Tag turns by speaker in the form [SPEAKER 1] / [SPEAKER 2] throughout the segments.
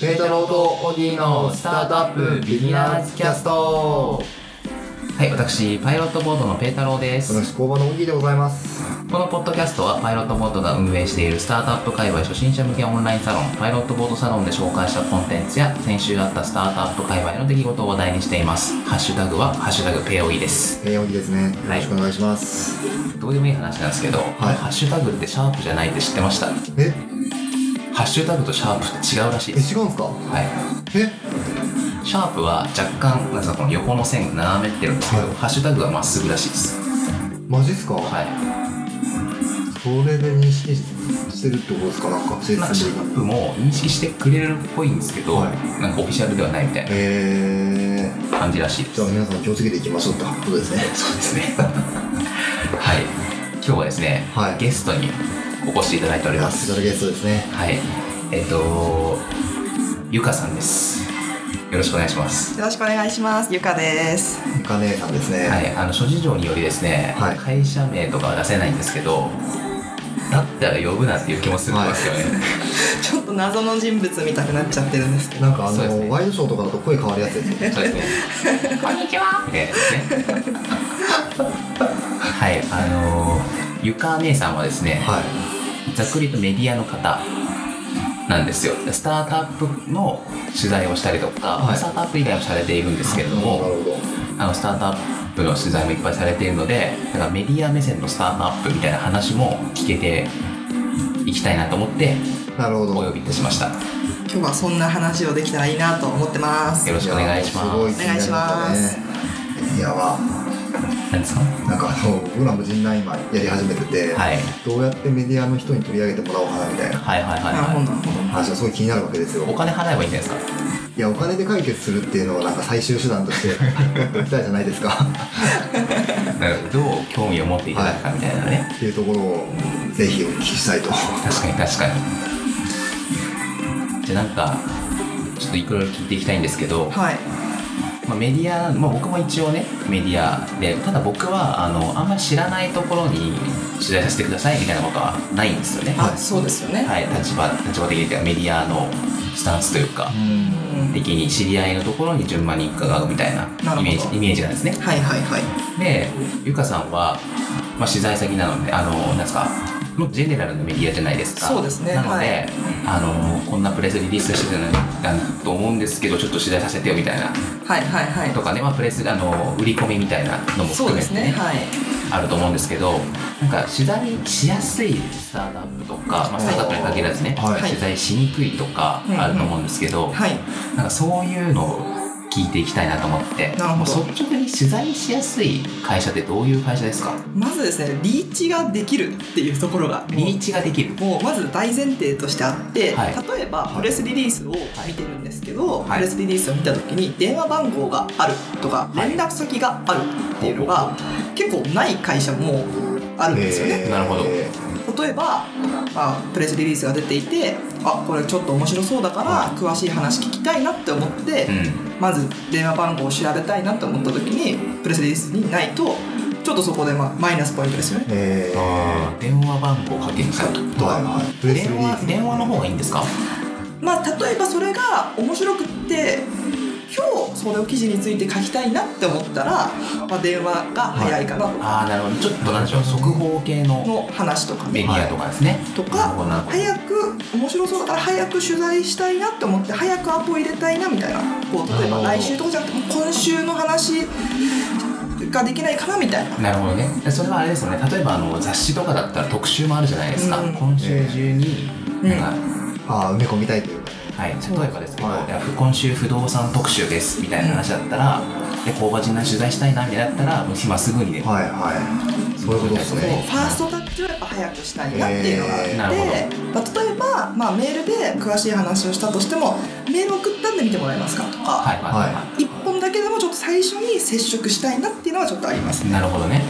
[SPEAKER 1] ペータローとオディのスタートアップビギナーズキャスト
[SPEAKER 2] はい、私、パイロットボードのペータローです。
[SPEAKER 1] 私工場のオディでございます
[SPEAKER 2] このポッドキャストは、パイロットボードが運営しているスタートアップ界隈初心者向けオンラインサロン、パイロットボードサロンで紹介したコンテンツや、先週あったスタートアップ界隈の出来事を話題にしています。ハッシュタグは、ハッシュタグペオイです。
[SPEAKER 1] えー、オディですねよろしくお願いします、
[SPEAKER 2] どうでもいい話なんですけど、
[SPEAKER 1] い
[SPEAKER 2] ハッシュタグってシャープじゃないって知ってました
[SPEAKER 1] え
[SPEAKER 2] ハッシュタグとシャープって違うらしい
[SPEAKER 1] え
[SPEAKER 2] です。
[SPEAKER 1] 違うんすか
[SPEAKER 2] はい。
[SPEAKER 1] え
[SPEAKER 2] シャープは若干、なんかこの横の線が斜めってるんですけど、
[SPEAKER 1] はい
[SPEAKER 2] ハッシュタグはまっすぐらしいです。
[SPEAKER 1] マジっすか、
[SPEAKER 2] はい。
[SPEAKER 1] それで認識してるってことですかなんかシ
[SPEAKER 2] まあ、シャープも認識してくれるっぽいんですけど、
[SPEAKER 1] はい
[SPEAKER 2] なんかオフィシャルではないみたいな
[SPEAKER 1] えー、
[SPEAKER 2] 感じらしいで
[SPEAKER 1] じ
[SPEAKER 2] す。
[SPEAKER 1] ゃあ皆さん気をつけていきましょうってことですね
[SPEAKER 2] そうですね。 はい。今日はですね、
[SPEAKER 1] はい
[SPEAKER 2] ゲストにお越しいただいておりま
[SPEAKER 1] スペ
[SPEAKER 2] す。
[SPEAKER 1] シャルゲストですね
[SPEAKER 2] はい。えっ、と、ゆかさんです。よろしくお願いします。
[SPEAKER 3] よろしくお願いします。ゆかです。
[SPEAKER 1] ゆか姉さんですね
[SPEAKER 2] はい、あの諸事情によりですね、
[SPEAKER 1] はい
[SPEAKER 2] 会社名とかは出せないんですけど、だったら呼ぶなっていう気もするんですよね。
[SPEAKER 3] ちょっと謎の人物みたくなっちゃってるんですけど。
[SPEAKER 1] なんかあ
[SPEAKER 2] そうです
[SPEAKER 1] の、
[SPEAKER 2] ね
[SPEAKER 1] ワイドショーとかだと声変わるやつですね
[SPEAKER 2] そうですね。こんにちは。みたいなですね。はい、あのーゆか姉さんはですね、
[SPEAKER 1] はい
[SPEAKER 2] ざっくりとメディアの方なんですよ。スタートアップの取材をしたりとか、
[SPEAKER 1] はい
[SPEAKER 2] スタートアップ以外もされているんですけれど
[SPEAKER 1] な
[SPEAKER 2] も、
[SPEAKER 1] るほど
[SPEAKER 2] あのスタートアップの取材もいっぱいされているので、だからメディア目線のスタートアップみたいな話も聞けていきたいなと思って、
[SPEAKER 1] なるほ
[SPEAKER 2] お
[SPEAKER 1] ど
[SPEAKER 2] 呼びいたしました。
[SPEAKER 3] 今日はそんな話をできたらいいなと思ってます
[SPEAKER 2] よ。ろしくお願いします。
[SPEAKER 1] ごい気になりましたねいやわ
[SPEAKER 2] 何ですか
[SPEAKER 1] なんかあの僕らも人談今やり始めてて、
[SPEAKER 2] はい
[SPEAKER 1] どうやってメディアの人に取り上げてもらおうかなみたいな
[SPEAKER 2] はいはいはい、
[SPEAKER 3] なるほど、な
[SPEAKER 2] は
[SPEAKER 3] るほ
[SPEAKER 1] 話がすごい気になるわけですよ
[SPEAKER 2] い。お金払えばいいんじゃないですか
[SPEAKER 1] いやお金で解決するっていうのをなんか最終手段としてやっていきたいじゃないですか
[SPEAKER 2] なんかどう興味を持っていただくかみたいなね、
[SPEAKER 1] っていうところをぜひお聞きしたいと
[SPEAKER 2] 確かに確かにじゃあなんかちょっといろいろ聞いていきたいんですけど
[SPEAKER 3] ど。、はい。
[SPEAKER 2] まあ、メディア、まあ、僕も一応ねメディアでただ僕はあのあんまり知らないところに取材させてくださいみたいなことはないんですよね
[SPEAKER 3] あ、そうですよね。
[SPEAKER 2] はい立場立場的にというかメディアのスタンスというか、
[SPEAKER 1] うん
[SPEAKER 3] うん
[SPEAKER 2] 的に知り合いのところに順番に伺うみたいな
[SPEAKER 3] なるほど
[SPEAKER 2] イメージイメージなんですね
[SPEAKER 3] はいはいはい。
[SPEAKER 2] でゆかさんは、まあ、取材先なのであのなんですかもうジェネラルのメディアじゃないですか
[SPEAKER 3] そうですね
[SPEAKER 2] なので、
[SPEAKER 3] はい
[SPEAKER 2] あのこんなプレスリリースしてたのだと思うんですけどちょっと取材させてよみたいな
[SPEAKER 3] はいはいはい。
[SPEAKER 2] とかね、まあ、プレスあの売り込みみたいなのも
[SPEAKER 3] そ
[SPEAKER 2] 含
[SPEAKER 3] うで
[SPEAKER 2] めて
[SPEAKER 3] す
[SPEAKER 2] ね
[SPEAKER 3] ね。はい。
[SPEAKER 2] あると思うんですけどなんか取材しやすいスタートアップとか、まあ、スタートアップに限らずね、
[SPEAKER 1] はい
[SPEAKER 2] 取材しにくいとかあると思うんですけど、
[SPEAKER 3] はい。
[SPEAKER 2] なんかそういうのを聞いていきたいなと思って
[SPEAKER 3] なるほど
[SPEAKER 2] もう率直に取材しやすい会社ってどういう会社ですか
[SPEAKER 3] まずですね、リーチができるっていうところが。
[SPEAKER 2] リーチができる
[SPEAKER 3] もうまず大前提としてあって、
[SPEAKER 2] はい
[SPEAKER 3] 例えば
[SPEAKER 1] い
[SPEAKER 3] プレスリリースを見てるんですけど、
[SPEAKER 2] はい
[SPEAKER 3] プレスリリースを見た時に電話番号があるとか
[SPEAKER 2] はい
[SPEAKER 3] 連絡先があるっていうのが結構ない会社もあるんですよね。
[SPEAKER 1] えー
[SPEAKER 2] なるほど
[SPEAKER 3] 例えば、まあ、プレスリリースが出ていてあこれちょっと面白そうだから
[SPEAKER 2] は
[SPEAKER 3] 詳しい話聞きたいなって思って、
[SPEAKER 2] うん
[SPEAKER 3] まず電話番号を調べたいなって思った時にプレスリリースにないとちょっとそこで、まあ、マイナスポイントですよね。
[SPEAKER 1] えー
[SPEAKER 2] あー電話番号かけにさると
[SPEAKER 1] はいはいプレスリ
[SPEAKER 2] 電
[SPEAKER 1] リー
[SPEAKER 2] 話
[SPEAKER 1] ス
[SPEAKER 2] 電話の方がいいんですか
[SPEAKER 3] まあ、例えばそれが面白くって今日それを記事について書きたいなって思ったら、まあ、電話が早いかなとか
[SPEAKER 2] ああなるほどちょっとなんでしょう速報系の
[SPEAKER 3] の話とか
[SPEAKER 2] メディアとかですね、
[SPEAKER 3] と
[SPEAKER 2] なる
[SPEAKER 3] か
[SPEAKER 2] ほどなるほど
[SPEAKER 3] 早く面白そうだから早く取材したいなって思って早くアポ入れたいなみたいなこう例えば
[SPEAKER 1] なるほど
[SPEAKER 3] 来週とかじゃなくてもう今週の話ができないかなみたいな。
[SPEAKER 2] なるほどねそれはあれですよね例えばあの雑誌とかだったら特集もあるじゃないですか、
[SPEAKER 3] うん
[SPEAKER 2] 今週中に、
[SPEAKER 3] うん
[SPEAKER 2] なんか
[SPEAKER 1] あー埋め込みたいというか
[SPEAKER 2] はい、例えばですけど、
[SPEAKER 1] はい
[SPEAKER 2] いや今週不動産特集ですみたいな話だったら、で工場人な取材したいなみたいなだったらもう今すぐにでも、
[SPEAKER 1] はいはいそういうことです
[SPEAKER 3] そうフ
[SPEAKER 1] ね
[SPEAKER 3] ァーストタッチをやっぱ早くしたいなっていうのがあって、
[SPEAKER 1] えー
[SPEAKER 2] なるほ
[SPEAKER 3] まあ、例えば、まあ、メールで詳しい話をしたとしてもメール送ったんで見てもらえますかとか、
[SPEAKER 2] はいはいはい、
[SPEAKER 3] 一本だけでもちょっと最初に接触したいなっていうのはちょっとありますね
[SPEAKER 2] なるほどね、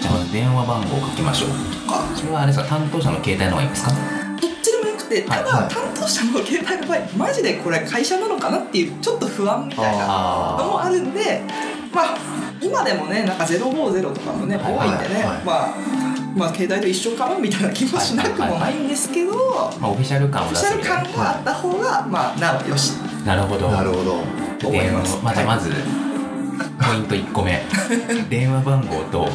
[SPEAKER 2] じゃあまず電話番号を書きましょう
[SPEAKER 3] とか
[SPEAKER 2] それはあれですか担当者の携帯の方がいいんですか
[SPEAKER 3] どっちでもよくてただ、
[SPEAKER 1] はい
[SPEAKER 3] 担当者の携帯の場合マジでこれ会社なのかなっていうちょっと不安みたいなの
[SPEAKER 2] あ
[SPEAKER 3] もあるんでまあ今でもねなんか050とかもね
[SPEAKER 2] はい
[SPEAKER 3] 多いんでね、
[SPEAKER 1] はいはい
[SPEAKER 3] まあまあ、携帯と一緒かなみたいな気もしなくもないんですけど、
[SPEAKER 2] まあ、オフィシャル感を
[SPEAKER 3] オフ
[SPEAKER 2] 出
[SPEAKER 3] ィシ
[SPEAKER 2] す
[SPEAKER 3] ャ
[SPEAKER 2] み
[SPEAKER 3] ル
[SPEAKER 2] たい
[SPEAKER 3] 感があった方が、まあ、なおよし
[SPEAKER 2] ななるほど
[SPEAKER 1] なるほど
[SPEAKER 3] と思います。
[SPEAKER 2] また
[SPEAKER 3] はい
[SPEAKER 2] まずポイント1個目電話番号と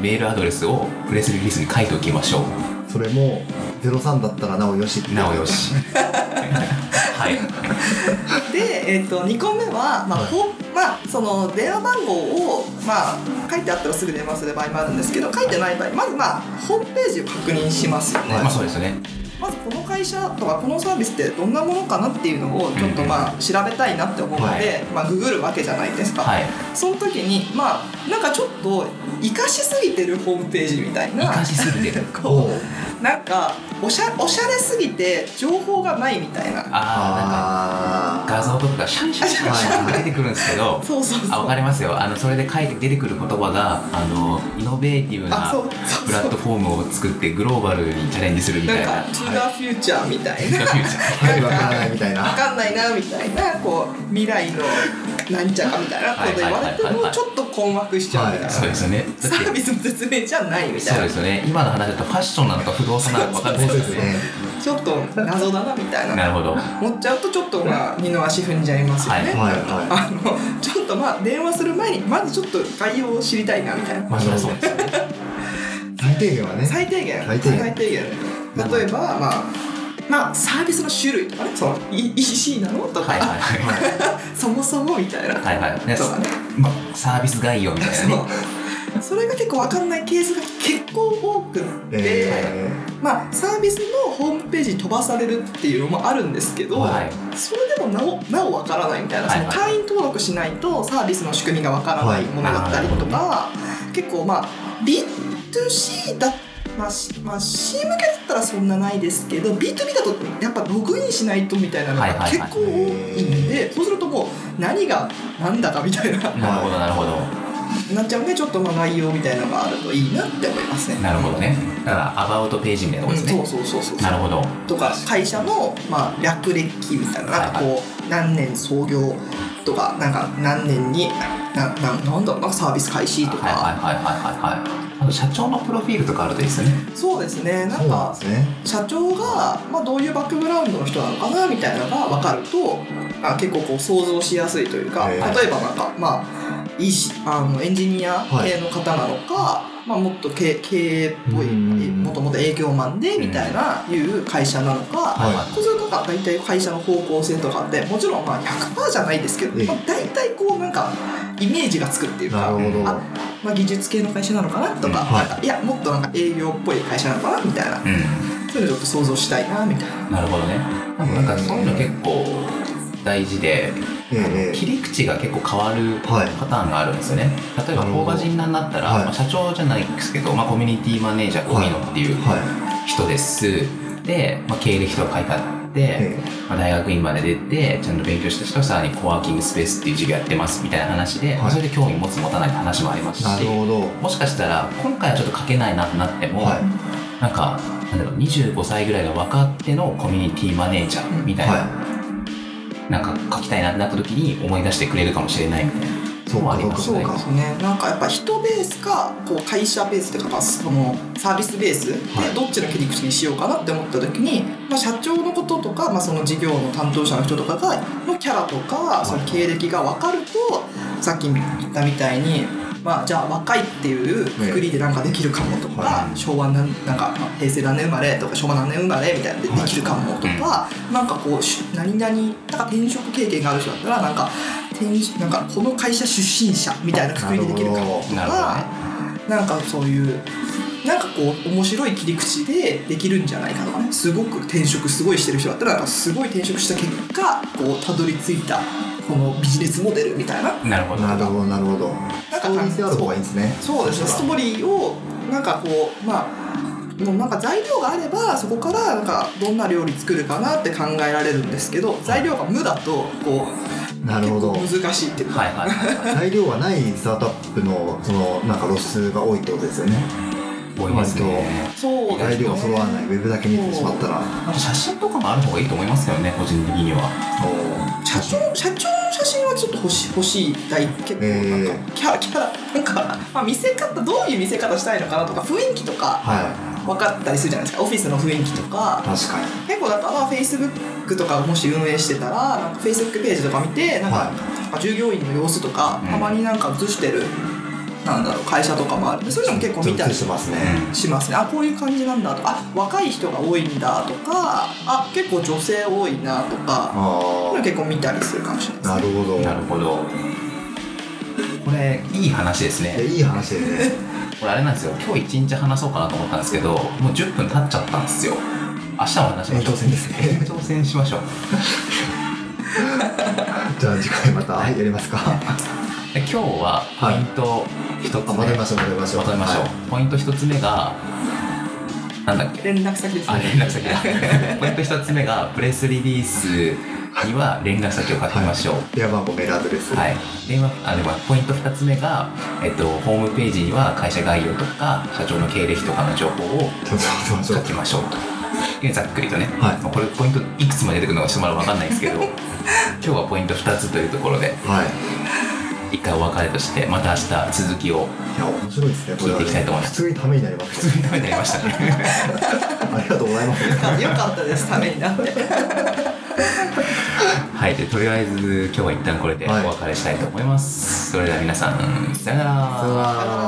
[SPEAKER 2] メールアドレスをプレスリリースに書いておきましょう
[SPEAKER 1] それも03だったらなおよしって
[SPEAKER 2] なおよし はい
[SPEAKER 3] で、えっと2個目は、まあ
[SPEAKER 1] はい
[SPEAKER 3] ほまあ、その電話番号を、まあ、書いてあったらすぐ電話する場合もあるんですけど書いてない場合まず、まあ、ホームページを確認しますよね、
[SPEAKER 2] まあそうですね
[SPEAKER 3] まずこの会社とかこのサービスってどんなものかなっていうのをちょっと
[SPEAKER 2] うん
[SPEAKER 3] まあ調べたいなって思うので、
[SPEAKER 2] はい
[SPEAKER 3] まあ、ググるわけじゃないですか、
[SPEAKER 2] はい
[SPEAKER 3] その時にまあなんかちょっと活かしすぎてるホームページみたいな
[SPEAKER 2] 活かしすぎてる
[SPEAKER 3] こ
[SPEAKER 1] おう
[SPEAKER 3] うなんかおしゃおしゃれすぎて情報がないみたいな
[SPEAKER 2] ああ
[SPEAKER 1] あ
[SPEAKER 2] なんか画像とかがシャンシャンシャンシャンって出てくるんですけど
[SPEAKER 3] そうそうそう
[SPEAKER 2] あわかりますよあのそれで書いて出てくる言葉があのイノベーティブ
[SPEAKER 3] あ
[SPEAKER 2] な
[SPEAKER 3] そうそう
[SPEAKER 2] プラットフォームを作ってグローバルにチャレンジするみた
[SPEAKER 3] ないん
[SPEAKER 2] な
[SPEAKER 3] か「トゥーダーフューチャー」みたいな
[SPEAKER 2] フューチャー
[SPEAKER 1] ーはいわからないみたいな
[SPEAKER 3] 分かんないなみたいなこう未来のなんちゃかみたいなこと言われて
[SPEAKER 2] はいはいはいは
[SPEAKER 3] も
[SPEAKER 2] い
[SPEAKER 3] ちょっと困惑しちゃうみたいな
[SPEAKER 2] そうですよねだ
[SPEAKER 3] サ
[SPEAKER 2] って
[SPEAKER 3] ービスの説明じゃないみたい
[SPEAKER 2] そう
[SPEAKER 3] な
[SPEAKER 2] ですよね今の話だとファッションなのか不動産なのか分かんない
[SPEAKER 1] そう
[SPEAKER 2] で
[SPEAKER 1] ですす
[SPEAKER 2] よね
[SPEAKER 1] ね
[SPEAKER 3] ちょっと謎だなみたい
[SPEAKER 2] な
[SPEAKER 3] な
[SPEAKER 2] るほど
[SPEAKER 3] 持っちゃうとちょっとまあ二の足踏んじゃいますよね、
[SPEAKER 2] は
[SPEAKER 1] はい
[SPEAKER 2] い
[SPEAKER 1] は
[SPEAKER 3] あのちょっとまあ電話する前にまずちょっと概要を知りたいなみたいな
[SPEAKER 2] まあそりゃそうですよね
[SPEAKER 1] い最低限はね
[SPEAKER 3] 最低限
[SPEAKER 1] 最低限
[SPEAKER 3] 例えばまあまあサービスの種類とかねその E- EC なのとか、
[SPEAKER 2] はいはいは
[SPEAKER 3] そもそもみたい
[SPEAKER 2] い
[SPEAKER 3] な、
[SPEAKER 2] はいはいね
[SPEAKER 3] とかね
[SPEAKER 2] まあサービス概要みたいなね
[SPEAKER 3] そうそれが結構わかんないケースが結構多くって、
[SPEAKER 1] え
[SPEAKER 3] まあ、サービスのホームページに飛ばされるっていうのもあるんですけど、
[SPEAKER 2] はい
[SPEAKER 3] それでもなおなおわからないみたいな、
[SPEAKER 2] はいはい
[SPEAKER 3] その会員登録しないとサービスの仕組みがわからないものだったりとか、結構まあ B2C だまあ、C- まあ、C 向けだったらそんなないですけど B2B だとやっぱログインしないとみたいなの
[SPEAKER 2] はい
[SPEAKER 3] が
[SPEAKER 2] はい
[SPEAKER 3] 結
[SPEAKER 2] はい
[SPEAKER 3] 構多いんで、そうするともう何が何だかみたいな
[SPEAKER 2] なるほどなるほど
[SPEAKER 3] なっちゃうんでちょっとまあ概要みたいなのがあるといいなって思いますね。
[SPEAKER 2] なるほどねだからアバウトページみたいな
[SPEAKER 3] う
[SPEAKER 2] こ
[SPEAKER 3] ん
[SPEAKER 2] とです
[SPEAKER 3] そ
[SPEAKER 2] ね
[SPEAKER 3] うそうそうそう
[SPEAKER 2] なるほど
[SPEAKER 3] とか会社の、まあ、略歴みたいななんかこう、何年創業とかなんか何年になななんだろうなサービス開始とか、
[SPEAKER 2] はいはいはいはいはいはいあと社長のプロフィールとかあるといいですよね
[SPEAKER 3] そうですね
[SPEAKER 1] ー
[SPEAKER 3] な
[SPEAKER 1] そ
[SPEAKER 3] ん
[SPEAKER 1] うなん
[SPEAKER 3] か
[SPEAKER 1] ですね
[SPEAKER 3] 社長が、まあ、どういうバックグラウンドの人なのかなみたいなのが分かるとあ結構こう想像しやすいというか、
[SPEAKER 1] ええ
[SPEAKER 3] 例えばなんかまあいいしあのエンジニア系の方なのか、まあ、もっと経経営っぽい
[SPEAKER 1] うん
[SPEAKER 3] もともと営業マンでみたいな、いう会社なのか、
[SPEAKER 1] はい
[SPEAKER 3] そうするとなんか大体会社の方向性とかってもちろんまあ100%じゃないですけど、
[SPEAKER 1] ええ
[SPEAKER 3] まあ、大体こうなんかイメージがつくっていう
[SPEAKER 1] な
[SPEAKER 3] か
[SPEAKER 1] るほど
[SPEAKER 3] あまあ、技術系の会社なのかなとか,、
[SPEAKER 2] うん
[SPEAKER 1] はい
[SPEAKER 3] なんかいやもっとなんか営業っぽい会社なのかなみたいな
[SPEAKER 2] うん
[SPEAKER 3] そういうのちょっと想像したいなみたいな。
[SPEAKER 2] なるほどねなんかそういうの結構大事で
[SPEAKER 1] えええ
[SPEAKER 2] 切り口が結構変わる
[SPEAKER 1] はい
[SPEAKER 2] パターンがあるんですよね、例えば
[SPEAKER 1] なる
[SPEAKER 2] 工
[SPEAKER 1] ほど
[SPEAKER 2] 場人なんだったら、
[SPEAKER 1] はい
[SPEAKER 2] まあ社長じゃないですけど、まあ、コミュニティマネージャー荻野っていう
[SPEAKER 1] は
[SPEAKER 2] 人です、で、まあ、経歴とか書いてあって、
[SPEAKER 1] いえ
[SPEAKER 2] まあ、大学院まで出てちゃんと勉強した人はさらにコワーキングスペースっていう授業やってますみたいな話で、まあ
[SPEAKER 1] はい
[SPEAKER 2] それで興味持つ持たないって話もあります
[SPEAKER 1] えな
[SPEAKER 2] し
[SPEAKER 1] るほど
[SPEAKER 2] もしかしたら今回はちょっと書けないなってなっても、
[SPEAKER 1] はい
[SPEAKER 2] なんかなんだろう25歳ぐらいが若手のコミュニティマネージャーみたいな、
[SPEAKER 1] は
[SPEAKER 2] なんか書きたいなってなった時に思い出してくれるかもしれないみたいない
[SPEAKER 1] そう
[SPEAKER 2] もあ
[SPEAKER 1] か
[SPEAKER 2] り
[SPEAKER 1] そう
[SPEAKER 2] ま
[SPEAKER 1] か
[SPEAKER 2] す
[SPEAKER 1] そ
[SPEAKER 3] そうう
[SPEAKER 1] か
[SPEAKER 3] ですね、なんかやっぱ人ベースかこう会社ベースというかまあそのサービスベースで
[SPEAKER 1] はい
[SPEAKER 3] どっちの切り口にしようかなって思った時に、まあ、社長のこととか、まあ、その事業の担当者の人とかがのキャラとかその経歴が分かるとさっき言ったみたいに、まあ、じゃあ若いっていうくくりでなんかできるかもとか、
[SPEAKER 1] は
[SPEAKER 3] 昭和なんなんかまあ平成何年生まれとか昭和何年生まれみたいなでできるかもとか、なんかこうし何々なんか転職経験がある人だったらなんか転職なんかこの会社出身者みたいなくくりでできるかもと
[SPEAKER 2] なるほど
[SPEAKER 3] かなんかそういうなんかこう面白い切り口でできるんじゃないかとかねすごく転職すごいしてる人だったらなんかすごい転職した結果こうたどり着いたこのビジネスモデルみたいな
[SPEAKER 2] なるほど
[SPEAKER 1] なるほどなるほどストーリー性ある方がいいんですね
[SPEAKER 3] そうですねストーリーをなんかこうまあもうなんか材料があればそこからなんかどんな料理作るかなって考えられるんですけど材料が無だとこう
[SPEAKER 1] なるほど
[SPEAKER 3] 結構難しいっていうか
[SPEAKER 2] はいはいはいはい
[SPEAKER 1] 材料がないスタートアップのそのなんか露出が多いってことですよね
[SPEAKER 2] 多いですね
[SPEAKER 3] そう
[SPEAKER 1] 材料揃わないウェブだけ見てしまったら
[SPEAKER 2] あと写真とかもある方がいいと思いますけどね個人的には
[SPEAKER 1] お
[SPEAKER 3] 社長社長の写真はちょっと欲しい欲しい大結構なん
[SPEAKER 1] え
[SPEAKER 3] か、キャラキャラなんか、まあ、見せ方どういう見せ方したいのかなとか雰囲気とか
[SPEAKER 1] は
[SPEAKER 3] 分かったりするじゃないですかオフィスの雰囲気と
[SPEAKER 1] い
[SPEAKER 3] か
[SPEAKER 1] 確かに
[SPEAKER 3] 結構だからフェイスブックとかもし運営してたらなんかフェイスブックページとか見てなんか、
[SPEAKER 1] は
[SPEAKER 3] なんか従業員の様子とか、
[SPEAKER 2] うん
[SPEAKER 3] たまになんか映してるなんだろう会社とかもあるんでそういうのも結構
[SPEAKER 1] いちょっ
[SPEAKER 3] 見
[SPEAKER 1] と
[SPEAKER 3] たり
[SPEAKER 1] 映してますね
[SPEAKER 3] しますねあこういう感じなんだとかあ若い人が多いんだとかあ結構女性多いなとかそういう
[SPEAKER 1] あ
[SPEAKER 3] の結構見たりするかもしれな
[SPEAKER 1] あ
[SPEAKER 3] い
[SPEAKER 1] なるほど
[SPEAKER 2] なるほどこれいい話です
[SPEAKER 1] いや
[SPEAKER 2] ね
[SPEAKER 1] いい話でね
[SPEAKER 2] これあれなんですよ今日一日話そうかなと思ったんですけどもう10分経っちゃったんですよ明日も話しま
[SPEAKER 1] 延
[SPEAKER 2] しょう
[SPEAKER 1] 長戦ですね
[SPEAKER 2] 延長戦しましょう
[SPEAKER 1] じゃあ次回またやりますか
[SPEAKER 2] で今日はポイント一つ目、
[SPEAKER 1] あまとめましょうまとめましょう
[SPEAKER 2] まとめましょう、
[SPEAKER 1] はい
[SPEAKER 2] ポイント一つ目がなんだっけ
[SPEAKER 3] 連絡先です
[SPEAKER 2] あ
[SPEAKER 3] ね
[SPEAKER 2] 連 絡先 だポイント一つ目がプレスリリースには連絡先を書きましょう、
[SPEAKER 1] 電話番号メールアドレス
[SPEAKER 2] はい、電話あでもポイント2つ目が、えっと、ホームページには会社概要とか社長の経歴とかの情報を
[SPEAKER 1] ちょっと待ってましょう
[SPEAKER 2] 書きましょうというざっくりとね、
[SPEAKER 1] はい
[SPEAKER 2] これポイントいくつまで出てくるのかちょっとまだ分かんないですけ ど今日はポイント2つというところで
[SPEAKER 1] はい
[SPEAKER 2] 一回お別れとしてまた明日続きを
[SPEAKER 1] いや面白いですねこれは
[SPEAKER 2] 聞
[SPEAKER 1] ね
[SPEAKER 2] いていきたいと思いま
[SPEAKER 1] 普
[SPEAKER 2] す
[SPEAKER 1] 通にためになります
[SPEAKER 2] 普通に食べになりました ね
[SPEAKER 1] ありがとうございます
[SPEAKER 3] よかよかったですためになって
[SPEAKER 2] はいでとりあえず今日は一旦これでお別れしたいと思います、それでは皆さんさよなら
[SPEAKER 1] さよなら